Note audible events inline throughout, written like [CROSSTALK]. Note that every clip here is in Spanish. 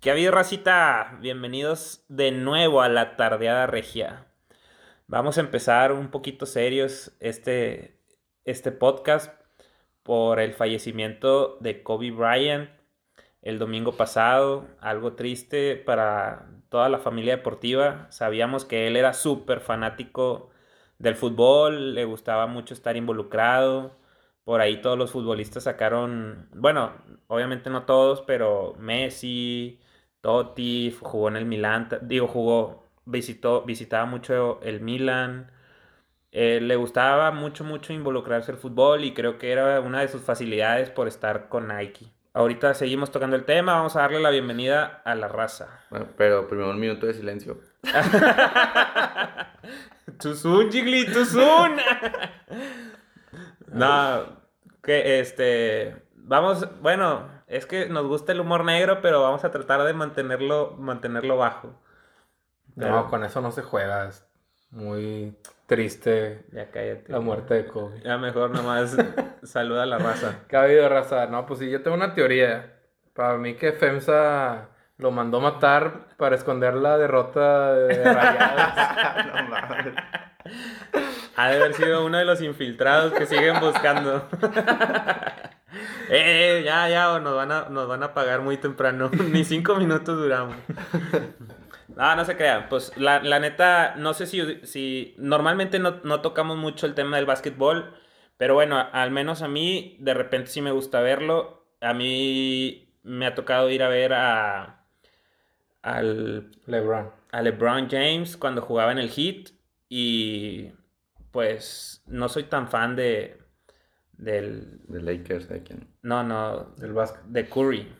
¿Qué ha habido, racita? Bienvenidos de nuevo a la tardeada regia. Vamos a empezar un poquito serios este, este podcast por el fallecimiento de Kobe Bryant el domingo pasado. Algo triste para toda la familia deportiva. Sabíamos que él era súper fanático del fútbol, le gustaba mucho estar involucrado por ahí todos los futbolistas sacaron, bueno, obviamente no todos, pero Messi, Totti, jugó en el Milan, digo, jugó, visitó, visitaba mucho el Milan. Eh, le gustaba mucho, mucho involucrarse al fútbol y creo que era una de sus facilidades por estar con Nike. Ahorita seguimos tocando el tema, vamos a darle la bienvenida a la [LAUGHS] raza. Bueno, Ah, pero primero un minuto [LAUGHS] de silencio. too soon, Jiggly, too [LAUGHS] soon. No, Ah. que este. Vamos, bueno, es que nos gusta el humor negro, pero vamos a tratar de mantenerlo, mantenerlo bajo. No, Pero- con eso no se juega. Es muy triste Ya cállate. la muerte de Kobe. Ya mejor [LAUGHS] nomás saluda a la raza. ¿Qué ha habido, raza? No, pues sí, yo tengo una teoría. Para mí que FEMSA lo mandó matar para esconder la derrota de [LAUGHS] Rayados. no mames. Ha de haber sido uno de los infiltrados que siguen [LAUGHS] buscando. Eh, eh, ya, ya, o nos van, a, nos van a pagar muy temprano. [LAUGHS] Ni cinco minutos duramos. [LAUGHS] No, no se crean. Pues la, la neta, no sé si, si normalmente no, no tocamos mucho el tema del básquetbol, pero bueno, al menos a mí de repente sí me gusta verlo. A mí me ha tocado ir a ver a, al LeBron. a LeBron James cuando jugaba en el Heat y pues no soy tan fan de del De Lakers, ¿de quién? no no Del básquet. de Curry.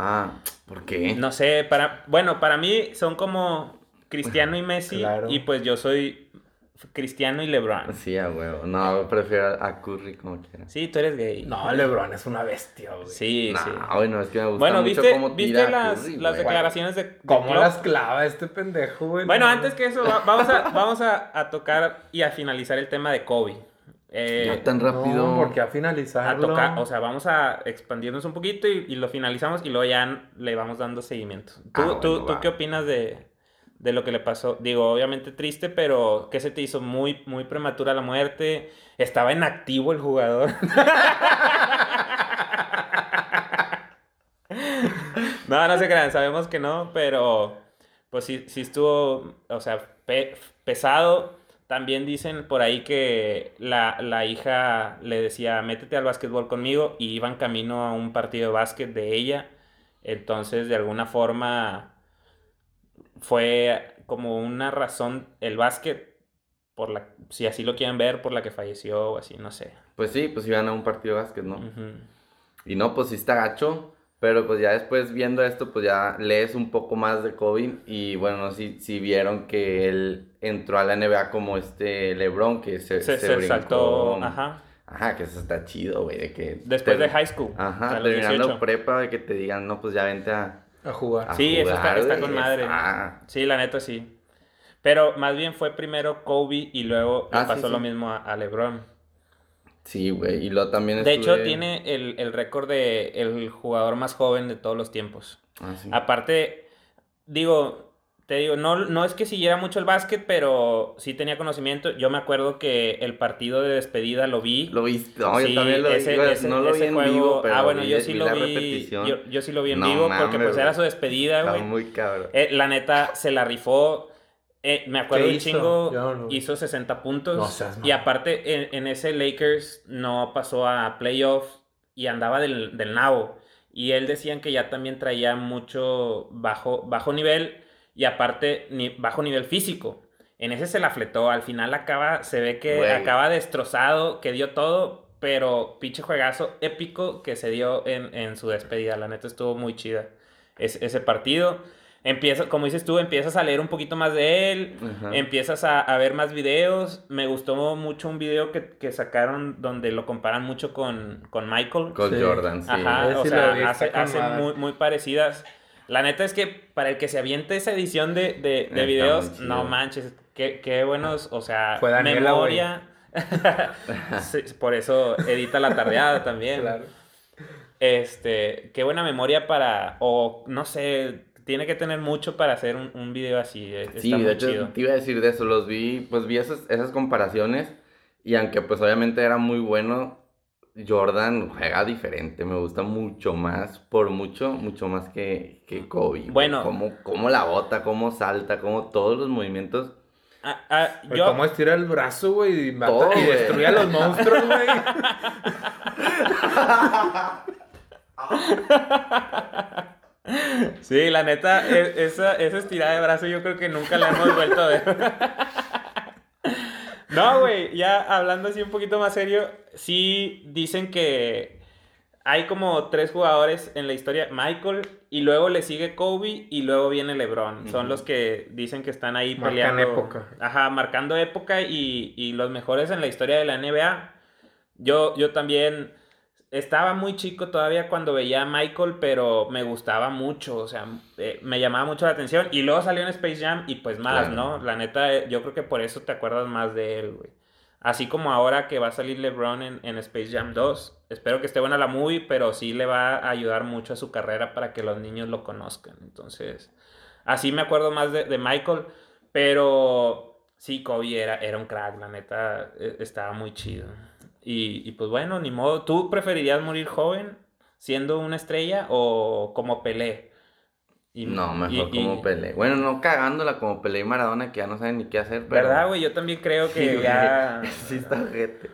Ah, ¿por qué? No sé, para bueno, para mí son como Cristiano y Messi Claro. y pues yo soy Cristiano y LeBron. Sí, a huevo. No, prefiero a Curry como quiera. Sí, tú eres gay. No, LeBron es una bestia, güey. Sí, no, sí. bueno, es que me gusta Bueno, mucho ¿viste, cómo tira ¿viste a las, Curry, las güey. declaraciones de, de ¿Cómo Klopp? las clava este pendejo, güey? Bueno, No. antes que eso, va- vamos, a, vamos a, a tocar y a finalizar el tema de Kobe. Eh, No tan No, rápido. porque a a finalizarlo... tocar, o sea, vamos a expandirnos un poquito y, y lo finalizamos y luego ya le vamos dando seguimiento. ¿Tú, Ah, bueno, tú, tú va. qué opinas de, de lo que le pasó? Digo, obviamente triste, pero ¿qué se te hizo? Muy, muy prematura la muerte. Estaba en activo el jugador. [LAUGHS] no, no se crean, sabemos que no, pero pues sí, sí estuvo, o sea, pe- pesado. También dicen por ahí que la, la hija le decía, métete al básquetbol conmigo, y iban camino a un partido de básquet de ella. Entonces, de alguna forma, fue como una razón el básquet, por la, si así lo quieren ver, por la que falleció o así, no sé. Pues sí, pues iban a un partido de básquet, ¿no? Ujú. Y no, pues sí está gacho. Pero pues ya después viendo esto, pues ya lees un poco más de Kobe. Y bueno, sí, sí vieron que él entró a la NBA como este LeBron, que se, Se, se se brincó. saltó, ajá, Ajá, que eso está chido, güey. De que después ter- de high school, Ajá, a los terminando 18. prepa, de que te digan, no, pues ya vente a, A jugar. a Sí, eso está- jugar, está güey, ah, con madre. está- Sí, la neta sí. Pero más bien fue primero Kobe y luego le Ah, sí, pasó sí. lo mismo a, a LeBron. Sí, güey. Y luego también De hecho, estuve- tiene el, el récord de el jugador más joven de todos los tiempos. Ah, sí. Aparte, digo, te digo, no, no es que siguiera mucho el básquet, pero sí tenía conocimiento. Yo me acuerdo que el partido de despedida lo vi. Lo viste. No, Sí, yo también lo ese- vi. güey, ese- no lo vi ese en juego- vivo, pero Ah, bueno, vi- yo sí lo la vi. repetición. Yo, yo sí lo vi en No vivo porque mames, pues era güey. su despedida, Estaba güey. muy cabrón. Eh, la neta, se la rifó. Eh, me acuerdo ¿Qué un hizo? chingo. Yo no lo vi. Hizo 60 puntos. No seas mamón. y aparte, en, en ese Lakers no pasó a playoffs y andaba del, del nabo. Y él decían que ya también traía mucho bajo, bajo nivel y aparte ni- bajo nivel físico. En ese se la fletó. Al final acaba, se ve que Güey. acaba destrozado, que dio todo. Pero pinche juegazo épico que se dio en, en su despedida. La neta estuvo muy chida es- ese partido. Empieza, como dices tú, empiezas a leer un poquito más de él, Ajá. empiezas a, a ver más videos. Me gustó mucho un video que, que sacaron donde lo comparan mucho con, con Michael. Con Sí. Jordan, sí. Ajá, Ese o lo sea, vi, está hace- con hacen madre. muy, muy parecidas. La neta es que para el que se aviente esa edición de, de- de Está muy videos, chido. no manches, qué, qué buenos, o sea, Fue Daniela, güey. memoria. [LAUGHS] Sí, por eso edita la tardeada [LAUGHS] también. Claro. Este, qué buena memoria para, o no sé, tiene que tener mucho para hacer un, un video así. eh, Está Sí, muy de hecho chido. te iba a decir de eso, los vi, pues vi esas, esas comparaciones y aunque pues obviamente era muy bueno, Jordan juega diferente, me gusta mucho más, por mucho, mucho más que, que Kobe. güey. Bueno. Cómo, cómo la bota, cómo salta, cómo todos los movimientos. Ah, ah, Güey, yo, ¿Cómo estira el brazo, güey? Y, mata- Todo, y güey. destruye a los monstruos, güey. [LAUGHS] Sí, la neta, e- esa, esa estirada de brazo yo creo que nunca la hemos vuelto a ver. [LAUGHS] No, güey, ya hablando así un poquito más serio, sí dicen que hay como tres jugadores en la historia, Michael, y luego le sigue Kobe y luego viene LeBron. Son Ujú. los que dicen que están ahí Marcan peleando. época. Ajá, marcando época y, y los mejores en la historia de la NBA. Yo, yo también estaba muy chico todavía cuando veía a Michael, pero me gustaba mucho, o sea, eh, me llamaba mucho la atención. Y luego salió en Space Jam y pues más, Claro. ¿no? La neta, eh, yo creo que por eso te acuerdas más de él, güey. Así como ahora que va a salir LeBron en, en Space Jam 2. Espero que esté buena la movie, pero sí le va a ayudar mucho a su carrera para que los niños lo conozcan. Entonces, así me acuerdo más de, de Michael, pero sí, Kobe era, era un crack, la neta, eh, estaba muy chido. Y, y pues bueno, ni modo. ¿Tú preferirías morir joven siendo una estrella o como Pelé? Y- No, mejor y- y- como Pelé. Bueno, no cagándola como Pelé y Maradona que ya no saben ni qué hacer, pero... ¿Verdad, güey? Yo también creo [LAUGHS] Sí, que güey. ya... Sí, está gente.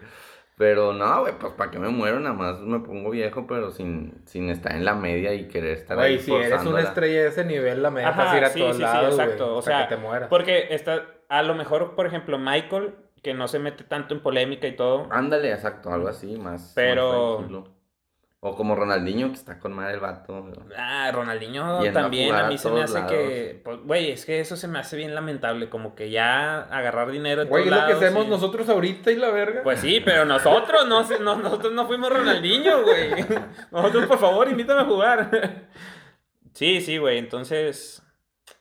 Pero no, güey, pues para que me muero, nada más me pongo viejo, pero sin, sin estar en la media y querer estar Güey, ahí si eres una forzándola. estrella de ese nivel, la media Ajá, vas a ir a sí, todos sí, sí, lados, güey, exacto, o hasta sea, que te mueras. Porque está, a lo mejor, por ejemplo, Michael, que no se mete tanto en polémica y todo. Ándale, exacto, algo así, más. Pero- más tranquilo. o como Ronaldinho, que está con madre el vato. güey. Ah, Ronaldinho Y en la también, a jugada mí a se me todos hace que, lados. pues, güey, es que eso se me hace bien lamentable, como que ya agarrar dinero de Güey, es todos lo que lados hacemos y- nosotros ahorita y la verga. Pues sí, pero nosotros no, se- no- nosotros no fuimos Ronaldinho, güey. Nosotros, por favor, invítame a jugar. Sí, sí, güey, entonces,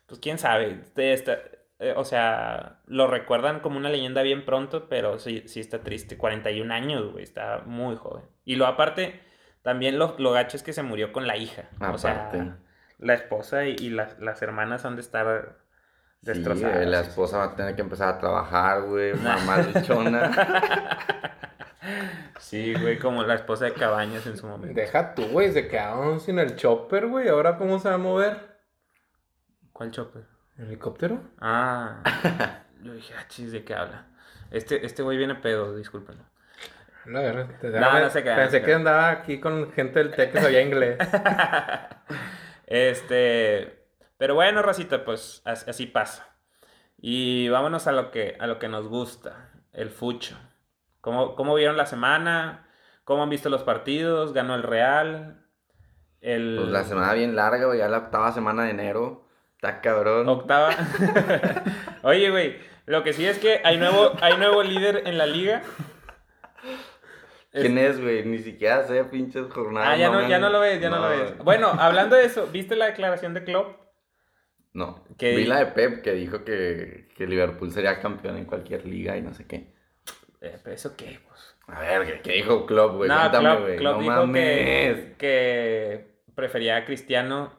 pues quién sabe. Este- esta- eh, o sea, lo recuerdan como una leyenda bien pronto, pero sí, sí está triste. 41 años, güey, está muy joven. Y lo aparte, también lo, lo gacho es que se murió con la hija. O Aparte. sea, la esposa y, y las, las hermanas han de estar Sí, destrozadas. güey, la esposa va a tener que empezar a trabajar, güey, mamá [LAUGHS] luchona. Sí, güey, como la esposa de Cabañas en su momento. Deja tú, güey, se quedaron sin el chopper, güey. ¿Ahora cómo se va a mover? ¿Cuál chope? ¿El helicóptero? Ah. Yo dije, ah, chis, ¿de qué habla? Este este güey viene pedo, discúlpenlo. La verga. te- No, dame- no se quedaron, Pensé se que quedaron. andaba aquí con gente del TEC que [LAUGHS] sabía inglés. Este. Pero bueno, Racita, pues as- así pasa. Y vámonos a lo que, a lo que nos gusta, el fucho. ¿Cómo, ¿Cómo vieron la semana? ¿Cómo han visto los partidos? ¿Ganó el Real? El... pues la semana bien larga, güey, ya la octava semana de enero. Está cabrón. Octava. [LAUGHS] Oye, güey, lo que sí es que hay nuevo, hay nuevo líder en la liga. ¿Quién es, güey? Ni siquiera sé, pinches jornadas. Ah, ya no, me ya han- no lo ves, ya no, lo ves. Bueno, hablando de eso, ¿viste la declaración de Klopp? No. Que- Vi la de Pep que dijo que, que Liverpool sería campeón en cualquier liga y no sé qué. Eh, pero ¿Eso qué? Pues? A ver, ¿qué, qué dijo Klopp, güey? No, Pues Cuéntame, Klopp, güey. Klopp no dijo mames. que, que prefería a Cristiano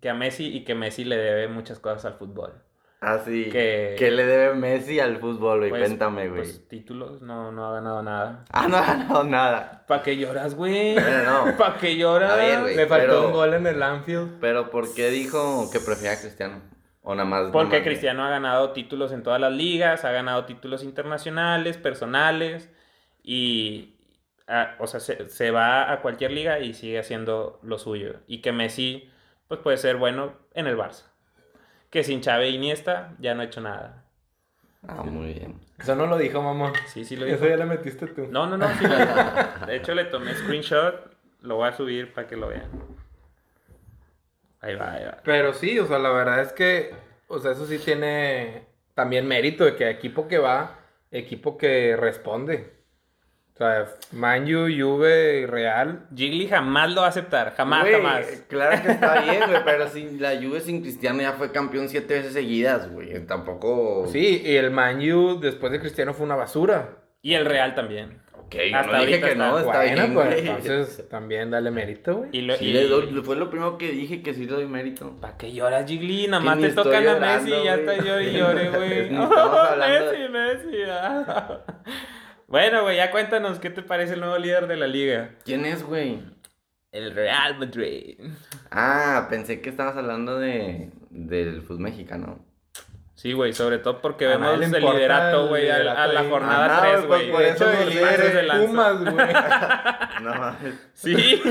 que a Messi y que Messi le debe muchas cosas al fútbol. Así. que- Ah, ¿Qué le debe Messi al fútbol, güey? Pues, Cuéntame, güey. Pues títulos, no, no ha ganado nada. Ah, no [LAUGHS] ha ganado nada. ¿Para qué lloras, [LAUGHS] güey? [LAUGHS] Bueno, no. ¿Para qué lloras? A ver, güey. Le faltó pero- un gol en el Anfield. Pero ¿por qué dijo que prefería a Cristiano? O nada más. Porque nada más- Cristiano ha ganado títulos en todas las ligas, ha ganado títulos internacionales, personales, y, ah, o sea, se, se va a cualquier liga y sigue haciendo lo suyo. Y que Messi, pues puede ser bueno en el Barça. Que sin Xavi e Iniesta ya no ha hecho nada. Ah, muy bien. Eso no lo dijo, mamá. Sí, sí lo dijo. Eso ya le metiste tú. No, no, no. sí lo dijo. De hecho, le tomé screenshot, lo voy a subir para que lo vean. Ahí va, ahí va. Pero sí, o sea, la verdad es que, o sea, eso sí tiene también mérito de que equipo que va, equipo que responde. O sea, Manju, Juve, Real. Gigli jamás lo va a aceptar, jamás, Güey, jamás. Claro que [LAUGHS] está bien, güey, pero sin la Juve sin Cristiano ya fue campeón siete veces seguidas, güey. Tampoco. Sí, y el Manju después de Cristiano fue una basura. Y el Real también. Ok, ¿Qué? Yo Hasta no dije ahorita que está no, está Bueno, bien, pues, güey. entonces también dale mérito, güey. Y lo, Sí y- le doy- fue lo primero que dije que sí le doy mérito. ¿Para qué lloras, Gigli? Nada Que más ni te estoy tocan a llorando, Messi y ya está güey. llore y [LAUGHS] llore, güey. Ni estamos Oh, hablando Messi, Messi. ah. [LAUGHS] Bueno, güey, ya cuéntanos, ¿qué te parece el nuevo líder de la liga? ¿Quién es, güey? El Real Madrid. Ah, pensé que estabas hablando de del fútbol mexicano. Sí, güey, sobre todo porque A vemos nadie le el importa liderato, el güey, al- a, liderato la ahí. jornada Ajá, 3, pues, güey. Por eso Unos el líder pases de es lanza. Pumas, güey. No mames. [LAUGHS] Sí.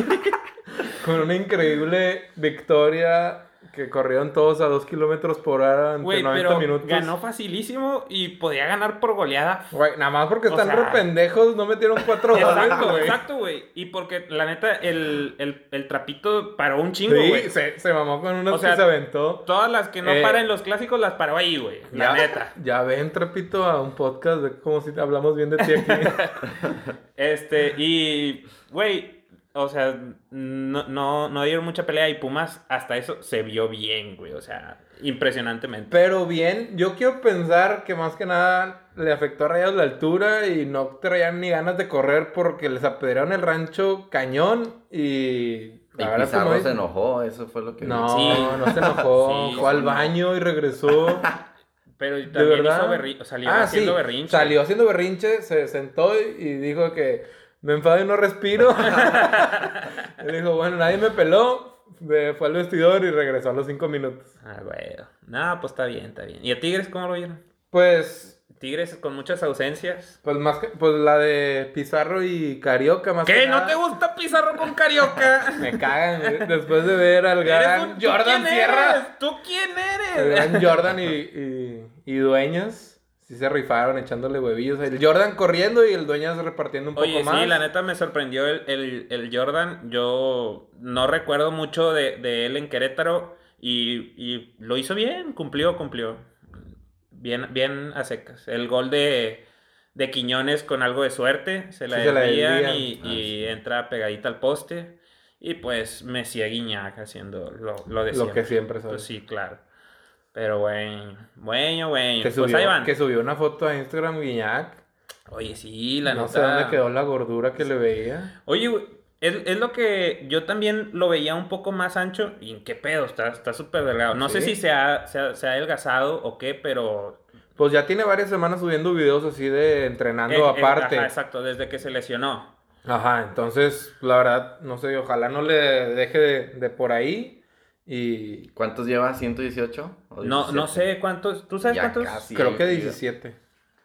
Con una increíble victoria que corrieron todos a 2 kilómetros por hora ante Güey, 90 pero minutos. ganó facilísimo y podía ganar por goleada. Güey, nada más porque O están sea- re pendejos, no metieron cuatro goles, Exacto, güey. exacto, güey. Y porque, la neta, el, el, el trapito paró un chingo, güey. Sí, se, se mamó con unos O sea, que se aventó. Todas las que no Eh. paran los clásicos las paró ahí, güey. La neta. Ya ven, Trepito, a un podcast, ve como si te hablamos bien de ti [LAUGHS] aquí. Este, y, güey, o sea, no, no, no dieron mucha pelea y Pumas hasta eso se vio bien, güey. O sea, impresionantemente. Pero bien, yo quiero pensar que más que nada le afectó a Rayos la altura y no traían ni ganas de correr porque les apedrearon el rancho cañón y... Y la verdad, Pizarro pues, se no, enojó, eso fue lo que no, Sí. no se enojó. [LAUGHS] Sí, fue al sí, no. baño y regresó. Pero De también hizo verdad. berrinche, salió Ah, haciendo sí, berrinche. Salió haciendo berrinche, se sentó y- y dijo que me enfado y [LAUGHS] no respiro. Él dijo, bueno, nadie me peló. eh, Fue al vestidor y regresó a los cinco minutos. Ah, güey. No, pues está bien, está bien. ¿Y a Tigres cómo lo vieron? Pues, Tigres con muchas ausencias. pues más que, pues la de Pizarro y Carioca más ¿Qué? que ¿No nada. te gusta Pizarro con Carioca? [LAUGHS] Me cagan güey, después de ver al ¿Eres gran un, Jordan ¿tú quién Sierra. Eres? ¿Tú quién El eres? gran Jordan y, y, y Dueñas. Sí se rifaron echándole huevillos. El Jordan corriendo y el Dueñas repartiendo un Oye, poco más. sí, la neta me sorprendió el, el- el Jordan. Yo no recuerdo mucho de, de él en Querétaro y, y lo hizo bien, cumplió, cumplió. Bien, bien a secas. El gol de, de Quiñones con algo de suerte, se la Sí, se la desvían desvían. y, Ah, y sí. entra pegadita al poste. Y pues me sigue Guiñac haciendo lo, lo de Lo que siempre sabe. Pues sí, claro. Pero bueno, bueno, bueno. Que Pues subió, ahí van. que subió una foto a Instagram Guiñac. Oye, sí, la no neta. sé dónde quedó la gordura que le veía. Oye, güey, es, es lo que yo también lo veía un poco más ancho. ¿Y en qué pedo? Está está súper delgado. No sé Sí. si se ha, se, ha, se ha adelgazado o qué, pero... Pues ya tiene varias semanas subiendo videos así de entrenando eh, eh, ajá, aparte. Ajá, exacto, desde que se lesionó. entonces la verdad, no sé, ojalá no le deje de, de por ahí. Y ¿Cuántos lleva? ¿118? ¿O No, 17? no sé cuántos... ¿Tú sabes Ya cuántos? casi. Sí, creo que yo- 17.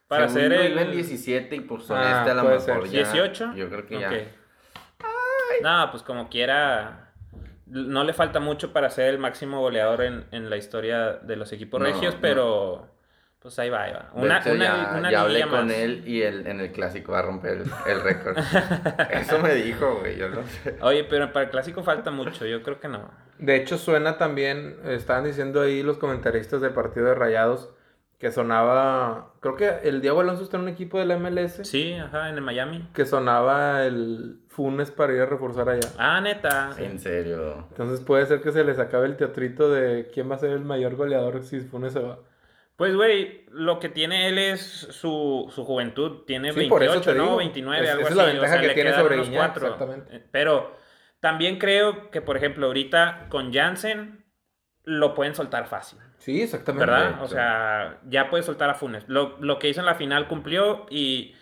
Para Según hacer yo el... iba en 17 y por son Ah, este a lo puede mejor ser. ya. 18. Yo creo que Ok. ya. No, pues como quiera... No le falta mucho para ser el máximo goleador en, en la historia de los equipos No, regios, no. pero... Pues ahí va, ahí va. De Una, hecho, una, ya, una ya hablé liguilla con más. él y él en el clásico va a romper el, el récord. [LAUGHS] Eso me dijo, güey. Yo no sé. Oye, pero para el clásico falta mucho, yo creo que no. De hecho, suena también, estaban diciendo ahí los comentaristas del partido de Rayados que sonaba, creo que el Diego Alonso está en un equipo de la MLS, Sí, ajá, en el Miami. que sonaba el Funes para ir a reforzar allá. Ah, neta. En serio. Entonces puede ser que se les acabe el teatrito de quién va a ser el mayor goleador si Funes se va. Pues, güey, lo que tiene él es su, su juventud. Tiene Sí, 28, por eso te ¿no? digo. 29, Es- algo esa es así. la ventaja que le tiene quedan sobre unos Guiñac, cuatro. exactamente. Eh, Pero también creo que, por ejemplo, ahorita con Jansen lo pueden soltar fácil, Sí, exactamente. ¿verdad? O sí. sea, ya puede soltar a Funes. Lo, lo que hizo en la final cumplió y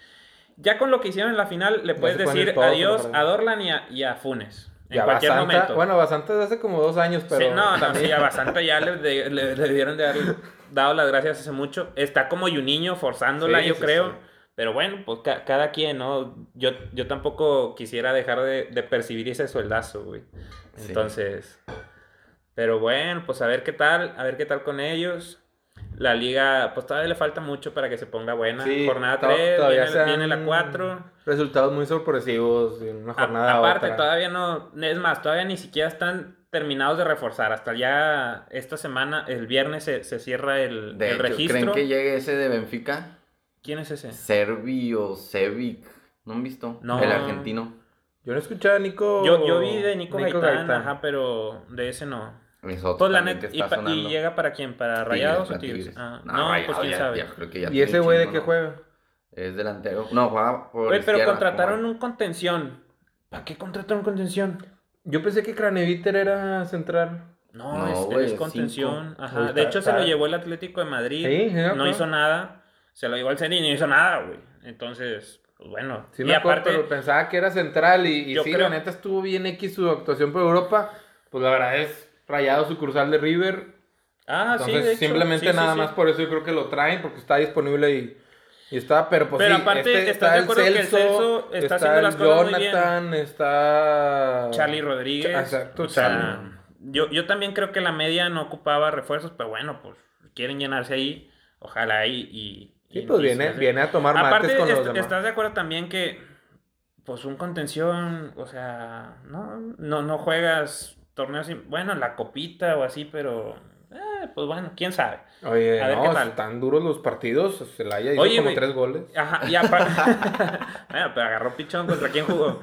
ya con lo que hicieron en la final le Ya puedes se pueden ir decir todos a la adiós verdad. a Dorlan y a, y a Funes. En Ya cualquier Basanta- momento. Bueno, bastante desde hace como dos años, pero. Sí, no, no, sí, a Basanta ya le, de- le- le debieron de haber dado las gracias hace mucho. Está como y un niño forzándola, Sí, yo sí, creo. sí. Pero bueno, pues ca- cada quien, ¿no? Yo, yo tampoco quisiera dejar de, de percibir ese sueldazo, güey. Sí. Entonces. Pero bueno, pues a ver qué tal, a ver qué tal con ellos. La liga, pues todavía le falta mucho para que se ponga buena. Sí, Jornada to- 3, todavía viene, se han- viene la 4. Resultados muy sorpresivos de una A- jornada a aparte, otra. todavía no, es más, todavía ni siquiera están terminados de reforzar. Hasta ya esta semana, el viernes, se, se cierra el, De el hecho, registro. ¿creen que llegue ese de Benfica? ¿Quién es ese? Servio, Sevic. ¿No han visto? No. El argentino. Yo no escuchaba a Nico. Oh, Yo, yo vi de Nico, Gaitán, Gaitán. ajá, pero de ese no. Es otro Pues la también neta, que y, está pa- y sonando. llega para quién? ¿Para Tigres, Rayados la o Tigres? Tigres. Ah, No, no, pues Rayados quién ya- sabe. ya creo que ya ¿Y tiene ese un güey de chingo, qué ¿no? juega? Es delantero. No, juega por Güey, pero izquierda, contrataron como- un contención. ¿Para qué contrataron contención? Yo pensé que Craneviter era central. No, No, es, él güey, es cinco. contención. Ajá. Ahí de está, hecho, se está. lo llevó el Atlético de Madrid. Sí, sí, me no acuerdo. hizo nada. Se lo llevó al Ceni y no hizo nada, güey. Entonces, pues bueno. Sí y me acuerdo, aparte, pero pensaba que era central y, y Yo sí, creo- la neta estuvo bien X su actuación por Europa. Pues la verdad es rayado su cruzal de River. ah, sí, Entonces de hecho, simplemente sí, sí, nada sí. más por eso yo creo que lo traen porque está disponible y, y está, pero pues Pero sí, aparte, este- ¿estás de acuerdo que el Celso está haciendo el las cosas muy bien? Jonathan, está Charlie Rodríguez. Cha- Ah, exacto, o sea, Charlie. yo, yo también creo que la media no ocupaba refuerzos, pero bueno, pues quieren llenarse ahí. Ojalá ahí y. Sí, y- pues y se viene, hace. viene a tomar Aparte, mates con los est- demás. ¿estás de acuerdo también que, pues, un contención, o sea, no, no, no juegas torneos, sin- bueno, la copita o así, pero, eh, pues bueno, quién sabe. Oye, A ver, no, ¿qué tal? están duros los partidos. Celaya hizo Oye, como güey. tres goles. Ajá, y [LAUGHS] aparte, [LAUGHS] bueno, pero agarró pichón contra quién jugó.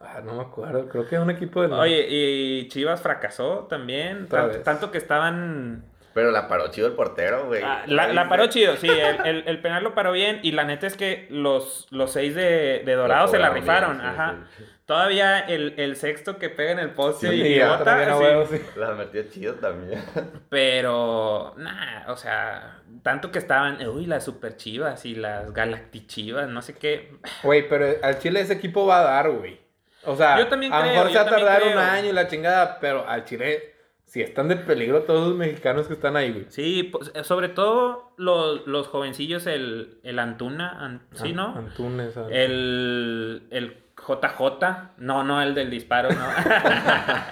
Ah, no me acuerdo. Creo que es un equipo del. Oye, y Chivas fracasó también, Otra tanto, vez. tanto que estaban... Pero la paró chido el portero, güey. Ah, la, la paró chido, [LAUGHS] sí, el, el- el penal lo paró bien y la neta es que los, los seis de, de Dorado se la rifaron, cobraron bien, sí, ajá. Todavía el, el sexto que pega en el poste Sí, y ya, bota, también a sí. huevo, sí. sí. La metió chido también. [LAUGHS] pero nada, o sea, tanto que estaban, uy, las super chivas y las galactichivas, no sé qué. Güey, pero al Chile ese equipo va a dar, güey. O sea, Yo también a lo creo, mejor yo se va a también tardar creo. un año y la chingada, pero al Chile sí están de peligro todos los mexicanos que están ahí, güey. Sí, pues, sobre todo los, los jovencillos, el, el Antuna, An- sí, ¿no? Antunes. ah. El, el JJ. No, no, el del disparo, no. [LAUGHS]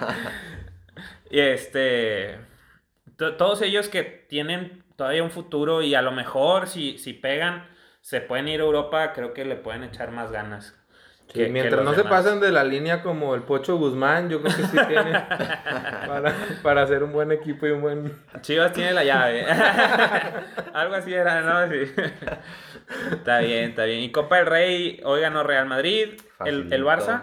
y este. to- Todos ellos que tienen todavía un futuro y a lo mejor si, si pegan, se pueden ir a Europa, creo que le pueden echar más ganas. Sí, que- que mientras los no se demás. pasen de la línea como el Pocho Guzmán, yo creo que sí [LAUGHS] tienen para, para hacer un buen equipo y un buen. Chivas tiene la llave. [LAUGHS] Algo así era, ¿no? Sí. [LAUGHS] está bien, está bien. Y Copa del Rey, hoy ganó Real Madrid, el, el Facilito. Barça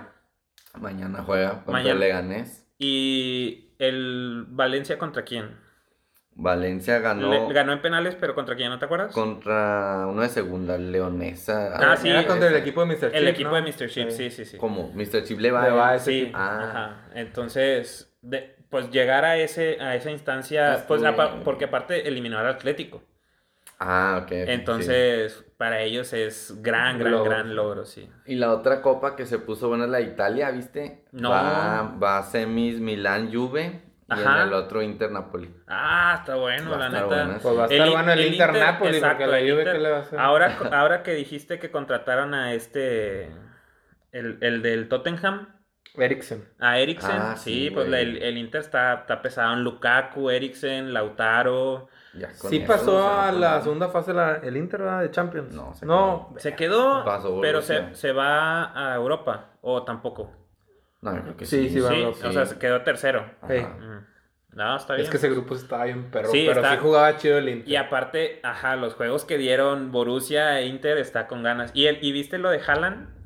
Mañana juega contra Mañana. el Leganés. y el Valencia contra quién? Valencia ganó Le- ganó en penales, pero contra quién, ¿no te acuerdas? contra uno de segunda, Leonesa. Ah, Algo sí, así, Era contra el ese. equipo de Mr. el Chip, equipo ¿no? de Mr. Chip, sí, sí, sí. Como Mr. Chip le Le va va. a ese Sí, equipo. Ah. ajá. Entonces, de- pues llegar a ese a esa instancia, Ah, pues estuvo apa- bien. porque aparte eliminó al Atlético. Ah, ok. ok, sí. Entonces, para ellos es gran, gran, Logro. gran logro, sí. Y la otra copa que se puso buena es la de Italia, ¿viste? No. Va, va a semis Milán Juve y Ajá. en el otro Inter Napoli. Ah, está bueno, Va a la estar neta. buena. Pues va a estar I- bueno el, Inter, Napoli, exacto, porque la el Juve, Inter. ¿qué le va a hacer? Ahora, co- ahora que dijiste que contrataron a este, el, el del Tottenham, Eriksen. a Eriksen, Ah, sí, sí, pues la- güey. el, el Inter está, está pesado en Lukaku, Eriksen, Lautaro. Ya con Sí eso pasó se va a la poner- segunda fase la- el Inter ¿verdad? de Champions. No, se no. Se quedó, Pasó pero Borussia. se, se va a Europa, o tampoco. No, yo creo que Sí, sí. sí va. sí, Europa. o sea, se quedó tercero. Ajá. Ey. Mm. No, está bien. pues. Es que ese grupo estaba bien perro, Sí, pero está- sí jugaba chido el Inter. Y aparte, ajá, los juegos que dieron Borussia e Inter está con ganas. ¿Y, el, y viste lo de Haaland?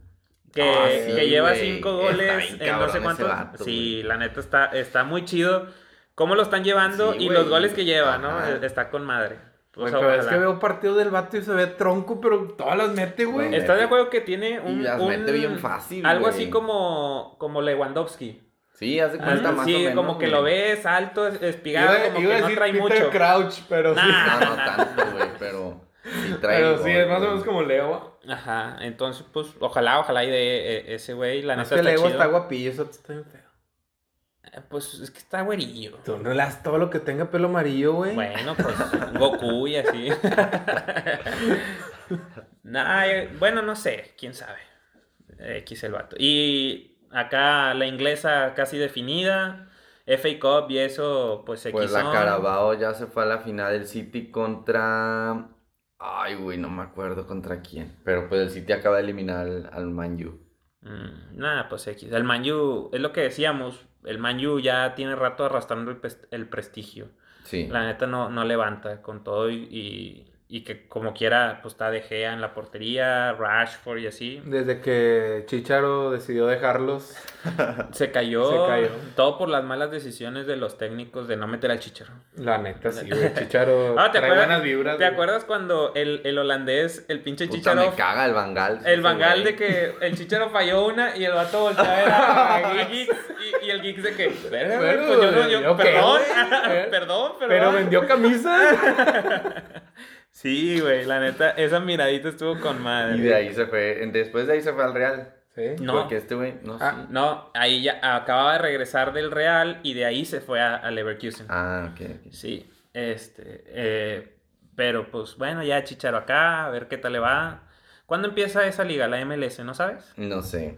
Que, Ah, sí, que lleva güey. cinco Está goles bien en no cabrón sé ese cuántos. vato, sí, la neta está, está muy chido. ¿Cómo lo están llevando? Sí, y güey. los goles que lleva, ¿no? E, Ajá. Está con madre. O Güey, sea, pero es pues, ojalá. que veo partidos del vato y se ve tronco, pero todas las mete, güey. Güey. ¿Estás de acuerdo que tiene un. las un- mete bien fácil, Algo güey. así como, como Lewandowski. Sí, haz de cuenta Ah, más sí, o menos. como que güey. lo ves alto, es- espigado, Iba, como iba que a no decir trae Peter mucho. Crouch, pero sí. Nah. No, no tanto, güey, pero sí trae. [LAUGHS] pero gol, sí, es más o güey. menos como Leo. Ajá, entonces, pues, ojalá, ojalá y de eh, ese güey, la Es neta que está Leo chido. está guapillo, eso está bien feo. Eh, Pues es que está güerillo. Tú no le das todo lo que tenga pelo amarillo, güey. Bueno, pues Goku y así. [LAUGHS] Nah, eh, bueno, no sé, quién sabe. X el vato. Y acá la inglesa casi definida, FA Cup y eso, pues X. Pues la Carabao ya se fue a la final del City contra. Ay, güey, no me acuerdo contra quién. Pero pues el City acaba de eliminar al, al Man U. Nada, pues X. El Manju, es lo que decíamos, el Manju ya tiene rato arrastrando el, pres- el prestigio. Sí. La neta no, no levanta con todo y, y, Y que como quiera, pues está De Gea en la portería, Rashford y así. Desde que Chicharo decidió dejarlos. Se cayó, Se cayó. todo por las malas decisiones de los técnicos de no meter al Chicharo. La neta, sí, [LAUGHS] güey. Chicharo Ah, ¿te trae acuerdas, buenas vibras. ¿Te güey. acuerdas cuando el, el holandés, el pinche Puta, Chicharo, me caga el Bangal. el ese bangal de Este güey. que el Chicharo falló una y el vato volteó a ver a, a Giggs y, y el Giggs de que, "Verga, güey, Bueno, pues yo no- yo- yo qué, perdón, [LAUGHS] perdón, güey. perdón. Pero [LAUGHS] vendió camisas. Sí, güey, la neta, esa miradita estuvo con madre. Y de ahí se fue. Después de ahí se fue al Real. sí. No. Porque este güey, no sé. Ah. Ah, No, ahí ya acababa de regresar del Real y de ahí se fue a, a Leverkusen. Ah. ok, ok. Sí, este, eh, pero pues bueno, ya Chicharo acá, a ver qué tal le va. ¿Cuándo empieza esa liga, la MLS, no sabes? No sé.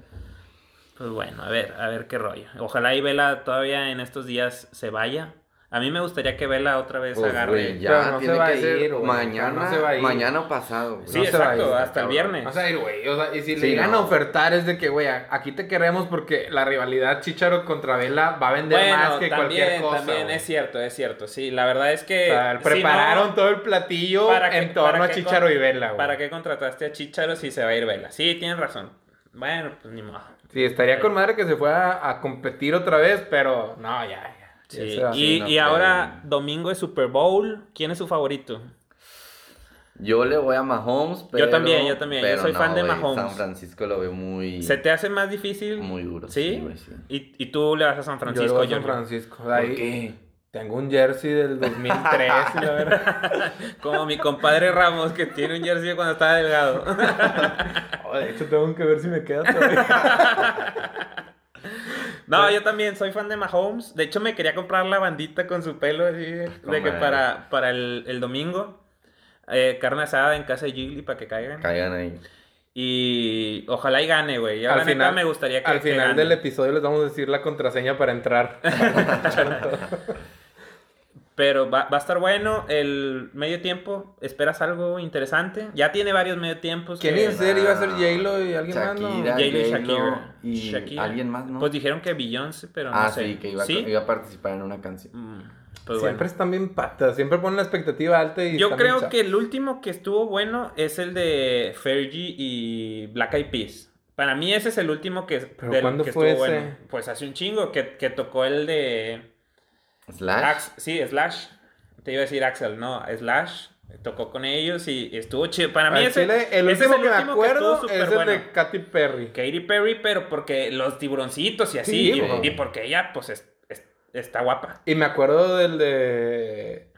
Pues bueno, a ver, a ver qué rollo. Ojalá y Vela todavía en estos días se vaya. A mí me gustaría que Vela otra vez Pues, agarre. güey, Pero ya no se tiene va a que ser ir, güey. mañana, No se va a ir. mañana o pasado. güey. sí, no se va a ir, exacto, está hasta el cabrón. viernes. O sea, y, güey, o sea, y si le Sí, llegan no. a ofertar es de que, güey, a- aquí te queremos porque la rivalidad Chicharo contra Vela va a vender bueno, más que cualquier también, cosa. también güey. es cierto, es cierto. Sí, la verdad es O que sea, si prepararon no- todo el platillo ¿para qué- en torno para a qué Chicharo con- y Vela, güey. ¿Para qué contrataste a Chicharo si se va a ir Vela? Sí, tienes razón. Bueno, pues ni modo. Sí, estaría con madre que se fuera a competir otra vez, pero no, ya, ya. Sí, Ya se va. Y, Sí, no y ahora creo. domingo es Super Bowl. ¿Quién es su favorito? Yo le voy a Mahomes, pero. Yo también, yo también. Yo pero soy no, fan de güey, Mahomes. San Francisco lo veo muy. ¿Se te hace más difícil? Muy duro. ¿Sí? Sí, güey, sí. Y, y tú le vas a San yo Francisco, luego San Jordi. Francisco. de ¿Por ahí qué? tengo un [LAUGHS] jersey del 2003, y la verdad. Como mi compadre Ramos, que tiene un jersey de cuando estaba delgado. Oh, de hecho, tengo que ver si me [LAUGHS] queda todavía. No, yo también soy fan de Mahomes. De hecho, me quería comprar la bandita con su pelo así, de Con que madre. para, para el, el domingo. eh, carne asada en casa de Gigli para que caigan. Caigan ahí. Y ojalá y gane, güey. Yo, Al la neta, final- me gustaría que Al que final gane. del e- episodio les vamos a decir la contraseña para entrar. Pero va, va a estar bueno el medio tiempo. ¿Esperas algo interesante? Ya tiene varios medio tiempos. ¿Quién que- iba a ser? ¿Iba a ser J-Lo y alguien más? no? Shakira, J-Lo y J-Lo Shakira. y Shakira. alguien más, ¿no? Pues dijeron que Beyoncé, pero no ah, sé. sí, que iba, a- ¿Sí? iba a participar en una canción. Mm, pues siempre bueno. están bien patas, siempre ponen la expectativa alta y Yo están bien creo chafas. que el último que estuvo bueno es el de Fergie y Black Eyed Peas. Para mí ese es el último que, ¿Pero del cuándo que fue estuvo ese? bueno. Pues hace un chingo que, que tocó el de... Slash. Ax- sí, Slash. Te iba a decir Axel, no, Slash. Tocó con ellos y estuvo chido. Para mí Al ese, chile, el ese es último que me último estuvo acuerdo súper es el bueno. de Katy Perry. Katy Perry, pero porque los tiburoncitos y así. Sí, y- güey. y, porque ella, pues, es- es- está guapa. Y me acuerdo del de.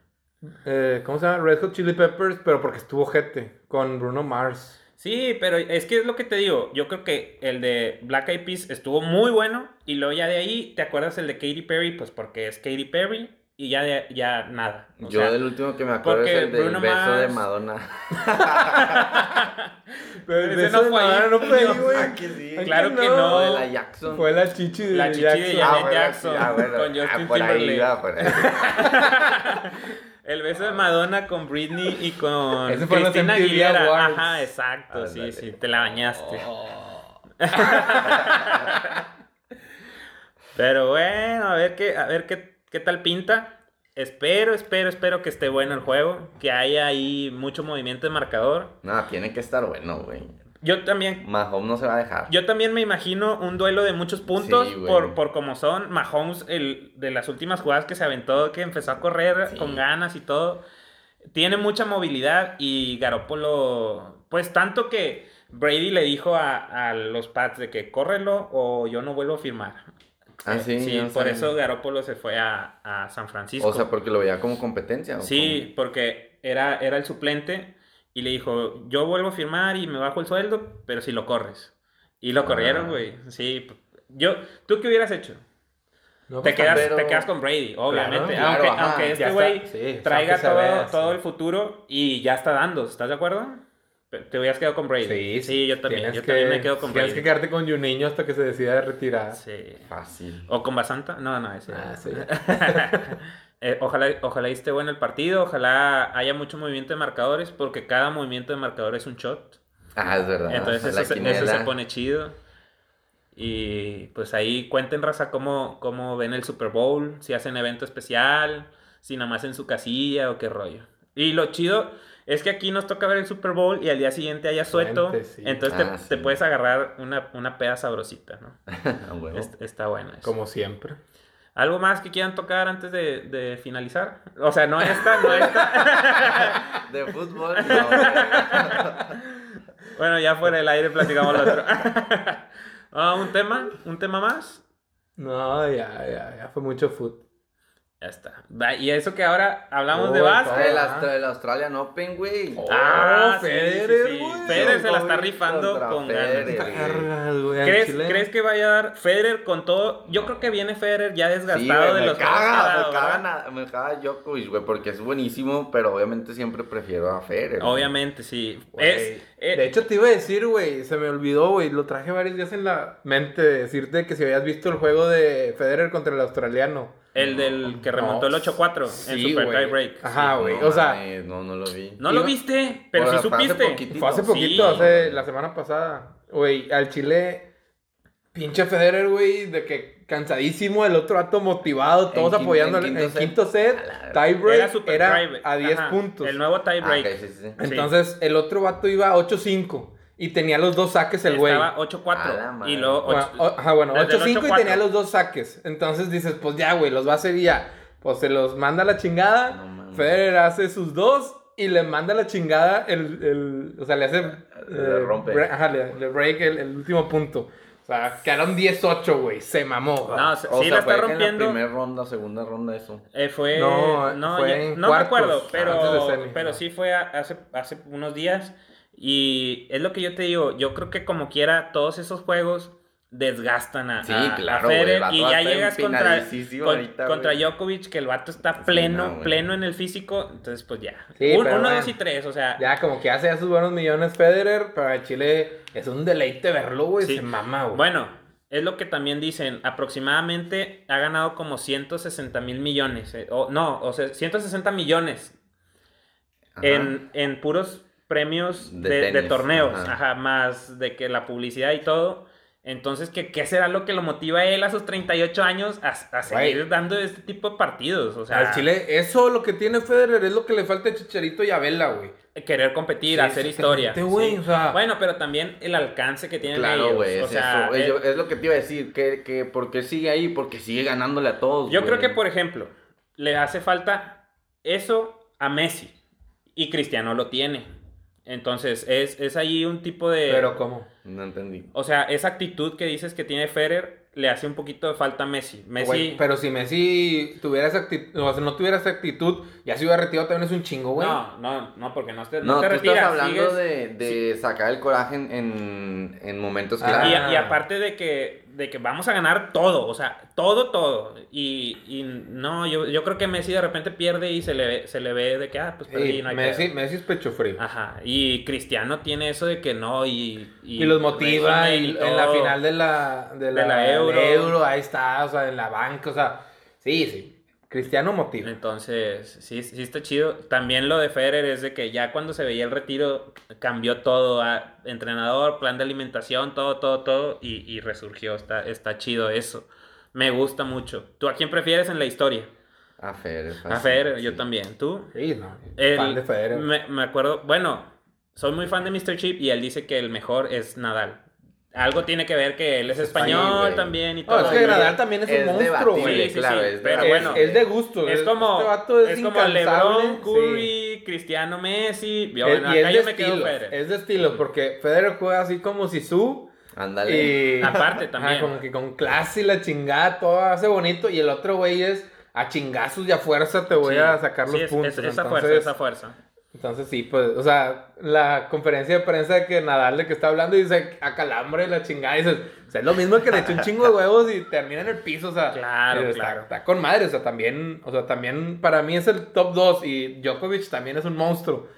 eh, ¿Cómo se llama? Red Hot Chili Peppers, pero porque estuvo gente con Bruno Mars. Sí, pero es que es lo que te digo. Yo creo que el de Black Eyed Peas estuvo muy bueno. Y luego ya de ahí, ¿te acuerdas el de Katy Perry? Pues porque es Katy Perry y ya, de- ya nada. O Yo sea, del último que me acuerdo es porque el del Bruno beso de Mars- Madonna. Pero Ese no fue ahí. [LAUGHS] no fue ahí, Ah, güey. que sí. Ay, Claro que no. O de la Jackson. Fue la chichi de La chichi de Jackson. Janet. Ah, bueno, Jackson, sí, ah, bueno. con Ah, Justin por ahí Timberlake. iba, por ahí. El beso de Madonna con Britney y con Ese fue en los Cristina MTV Aguilera. Awards. Oh. Ajá, exacto, sí, Ándale. Oh. sí, te la bañaste. Pero bueno, a ver qué, a ver qué, qué tal pinta. Espero, espero, espero que esté bueno el juego, que haya ahí mucho movimiento de marcador. No, tiene que estar bueno, güey. Yo también, Mahomes no se va a dejar. yo también me imagino un duelo de muchos puntos Sí, güey. por, por como son. Mahomes, el, de las últimas jugadas que se aventó, que empezó a correr Sí. con ganas y todo. Tiene mucha movilidad y Garoppolo, pues tanto que Brady le dijo a, a los Pats de que córrelo o yo no vuelvo a firmar. Ah, sí, Sí, yo no por sabía. eso Garópolo se fue a, a San Francisco. O sea, porque lo veía como competencia. ¿o sí, porque era, era el suplente y le dijo, yo vuelvo a firmar y me bajo el sueldo, pero si lo corres. Y lo Ah. corrieron, güey. Sí. p- Yo, ¿tú qué hubieras hecho? No, Te pues, quedas, pero- te quedas con Brady, obviamente. claro, aunque, ajá, aunque este ya güey está. Sí, traiga o sea, todo, que se vea, todo sí. el futuro y ya está dando, ¿estás de acuerdo? Pe- Te hubieras quedado con Brady. Sí, yo también. tienes Yo también que- me quedo con Tienes que Brady. quedarte con un niño hasta que se decida de retirar. Sí. como? Fácil. ¿O con Basanta? No, no, ese. Ah, [LAUGHS] sí. Eh, ojalá, ojalá y esté bueno el partido, ojalá haya mucho movimiento de marcadores, porque cada movimiento de marcador es un shot. Ah, es verdad. Entonces la eso, se- eso se quiniela. [LAUGHS] pone chido. Y pues ahí cuenten, raza, cómo, cómo ven el Super Bowl, si hacen evento especial, si nada más en su casilla o qué rollo. Y lo chido Es que aquí nos toca ver el Super Bowl y al día siguiente hay asueto. Fuente, sí. Entonces te, Ah, sí. te puedes agarrar una, una peda sabrosita, ¿no? A Ah, huevo. Es- está buena. eso. Como siempre. ¿Algo más que quieran tocar antes de, de finalizar? O sea, no esta, no [LAUGHS] esta. De fútbol, no, güey. bueno, ya fuera del aire platicamos lo otro. [LAUGHS] Ah, ¿Un tema? ¿Un tema más? No, ya, ya, ya fue mucho food. Ya está. Va, Y eso que ahora hablamos de Oh, Uy, básquet. El, Austra- el Australian Open, güey. Ah, Oh, sí, Federer, sí, sí. güey. Federer se la está Contra rifando con Federer. ganas. Cargas, güey, al ¿Crees, chileno. crees que vaya a dar Federer con todo? Yo creo que viene Federer ya desgastado Sí, güey, de me los juegos que ha caga, dado, me caga, ¿verdad? na- me caga Djokovic, güey, porque es buenísimo, pero obviamente siempre prefiero a Federer. güey. Obviamente, sí. Güey, Es, eh, de hecho, te iba a decir, güey, se me olvidó, güey, lo traje varios días en la mente de decirte que si habías visto el juego de Federer contra el australiano. el del que remontó No. el 8-4 en Sí, Super güey. Tie Break. Ajá, No güey, o sea, mames, no, no lo vi. No lo Iba- viste, pero O sí sea, fue hace supiste. poquitito. Fue hace Sí. poquito, hace la semana pasada. Güey, al Chile, pinche Federer, güey, de que cansadísimo, el otro acto motivado, todos quinto- apoyándole. en En quinto quinto, set. set, A la- tie Era break Super era, Tie Break. a 10 Ajá, puntos. El nuevo tie Ah, break. ok, sí, sí, sí. Entonces, el otro vato iba 8-5 y tenía los dos saques el güey. Estaba A la 8-4. madre. Y luego Bueno, ocho- o- ajá, bueno, desde el 8-5 y 8-4. tenía los dos saques. Entonces dices, pues ya, güey, los va a hacer y ya. Pues se los manda a la Ah, chingada. No mames. Federer hace sus dos y le manda a la chingada el, el- O sea, le hace. eh, Le rompe. bre- ajá, le, le break el, el último punto. O sea, quedaron 10-8, güey. Se mamó. No, sí O sea, la fue está en rompiendo. la primera ronda, segunda ronda, eso. Eh, fue. No, No, fue ya- en no cuartos, recuerdo, antes de pero, semi, pero ajá. sí fue a- hace, hace unos días. Y es lo que yo te digo. Yo creo que, como quiera, todos esos juegos desgastan a, Sí, Ah, a- a claro, güey, el Federer. vato Y va a ya estar llegas contra, empinadísimo con- ahorita, contra güey. Djokovic, que el vato está no, pleno, güey. pleno en el físico. Entonces, pues ya. Sí, Un- pero uno, bueno. dos y tres. O sea, Ya, como que hace ya sus buenos millones Federer, pero a Chile es un deleite verlo, güey. Sí. Se mama, güey. Bueno, es lo que también dicen. Aproximadamente ha ganado como 160 mil millones. eh, o, no, o sea, 160 millones Ajá. en, en puros premios de, De de tenis, torneos. Ajá. ajá. más de que la publicidad y todo. Entonces, ¿qué, qué será lo que lo motiva a él a sus 38 años a, a seguir Güey. dando este tipo de partidos? O sea, Al Chile, eso lo que tiene Federer es lo que le falta a Chicharito y a Vela, güey. querer competir, Sí, hacer historia. exactamente, güey, sí. o sea. bueno, pero también el alcance que tienen Claro, ellos. güey, o es sea, eso. eh, Ello- Es lo que te iba a decir, que, que porque sigue ahí, porque sigue ganándole a todos, Yo güey. creo que, por ejemplo, le hace falta eso a Messi. Y Cristiano lo tiene. Entonces, es, es ahí un tipo de. Pero, ¿cómo? No entendí. O sea, esa actitud que dices que tiene Federer le hace un poquito de falta a Messi. Messi. Güey, pero si Messi tuviera esa actitud, o sea, no tuviera esa actitud, ya se hubiera retirado también es un chingo, güey. No, no, no, porque no, te, no No, te tú retiras. estás hablando sigues- de, de sacar el coraje en, en, en momentos Ah. clave. Y, y aparte de que, de que vamos a ganar todo, o sea, todo, todo. Y, y no, yo, yo creo que Messi de repente pierde y se le, ve- se le ve de que, ah, pues Sí, perdí, no hay Messi, pedo. Ah, Messi es pecho frío. Ajá, y Cristiano tiene eso de que no, y... Y los motiva resumen y y en la todo. final de la, de la, la Euro. Euro, ahí está, o sea, en la banca, o sea, sí, sí. Cristiano motiva. Entonces, sí, sí está chido. También lo de Federer es de que ya cuando se veía el retiro, cambió todo a entrenador, plan de alimentación, todo, todo, todo, y, y resurgió. Está, está chido eso. Me gusta mucho. ¿Tú a quién prefieres en la historia? A Federer. A fácil, Federer, Ah, sí. yo también. ¿Tú? Sí, no. El- fan de Federer. Me, me acuerdo, bueno, soy muy fan de Mr. Chip y él dice que el mejor es Nadal. Algo tiene que ver que él es Español, español güey. también y No, todo. es que güey. Nadal también es, un monstruo, debatible, güey. Sí, sí, claro, sí, es pero Es, bueno, debatible. es de gusto. Es como, este vato es, es como incansable, LeBron, sí. Curry, Cristiano Messi. Yo, Es- bueno, y acá yo es de me quedo estilo, Federer. es de estilo, porque Federer juega así como si su Ándale. y- Aparte ajá, también. como que con clase y la chingada, todo hace bonito. Y el otro güey es a chingazos y a fuerza te voy Sí, a sacar sí, los es- puntos. es- esa entonces, fuerza, esa fuerza. entonces sí, pues, o sea, la conferencia de prensa de que Nadal de que está hablando y dice a calambre y la chingada. Y dices, o sea, es lo mismo que le echó un chingo de huevos y termina en el piso, o sea. Claro, está, claro. está con madre, o sea, también, o sea, también para mí es el top 2 y Djokovic también es un monstruo.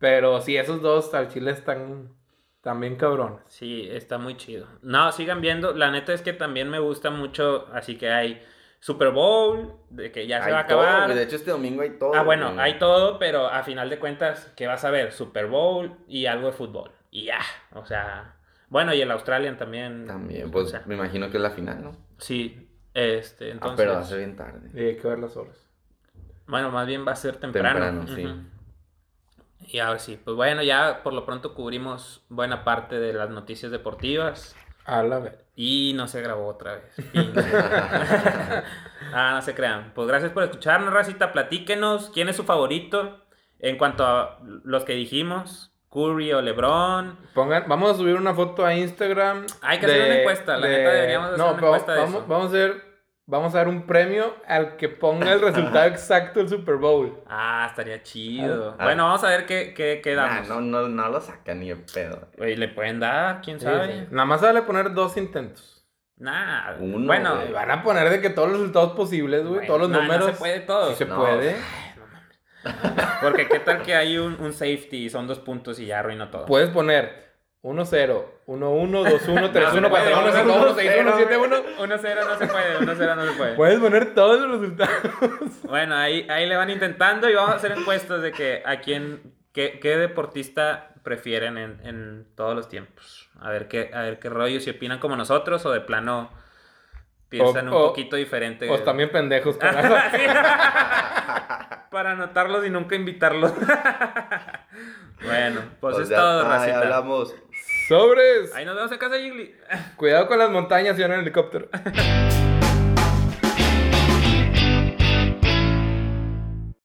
Pero sí, esos dos al chile están también cabrones. Sí, está muy chido. No, sigan viendo. La neta es que también me gusta mucho. Así que hay Super Bowl, de que ya se Hay va a todo, acabar. güey, de hecho, este domingo hay todo. eh. ah, bueno, güey. hay todo, pero a final de cuentas, ¿qué vas a ver? Super Bowl y algo de fútbol. Y ya, o sea. Bueno, y el Australian también. También, pues o sea, me imagino que es la final, ¿no? sí, este, entonces. ah, pero va a ser bien tarde. Y hay que verlas solas. Bueno, más bien va a ser temprano. Temprano, sí. Ujú. Y ahora sí, pues bueno, ya por lo pronto cubrimos buena parte de las noticias deportivas. A la vez. Y no se grabó otra vez. Pinche. [LAUGHS] ah, no se crean. Pues gracias por escucharnos, Racita. Platíquenos quién es su favorito en cuanto a los que dijimos. Curry o Lebron. Pongan, vamos a subir una foto a Instagram. Hay que hacer una encuesta, la neta deberíamos de hacer no, una pero encuesta de vamos, eso. Vamos a hacer, vamos a dar un premio al que ponga el resultado exacto del Super Bowl. Ah, estaría chido. Ah. bueno, vamos a ver qué, qué, qué Nah, damos. no, no, no lo sacan ni de pedo. Güey, le pueden dar, quién sabe. Nada más vale poner dos intentos. Nah. Uno, bueno, güey. Van a poner de que todos los resultados posibles, güey, bueno, todos los nah, números. No se puede todo. Sí se No. puede. Porque qué tal que hay un, un safety y son dos puntos y ya arruinó todo. Puedes poner 1-0, 1-1, 2-1, 3-1, no puede, 4-1, 5-1, 6-1, 7-1. 1-0 no se puede, 1-0 no se puede. Puedes poner todos los resultados. Bueno, ahí, ahí le van intentando y vamos a hacer encuestas de que a quién, qué, qué deportista prefieren en, en todos los tiempos. A ver qué, a ver qué rollo, si opinan como nosotros o de plano piensan un o- poquito diferente. O Pues también [LAUGHS] pendejos. con la- [LAUGHS] Para anotarlos y nunca invitarlos. [LAUGHS] bueno, pues, es ya todo, está, ya racita. hablamos. Sobres. Ahí nos vemos en casa, Gigli. Cuidado con las montañas y en el helicóptero.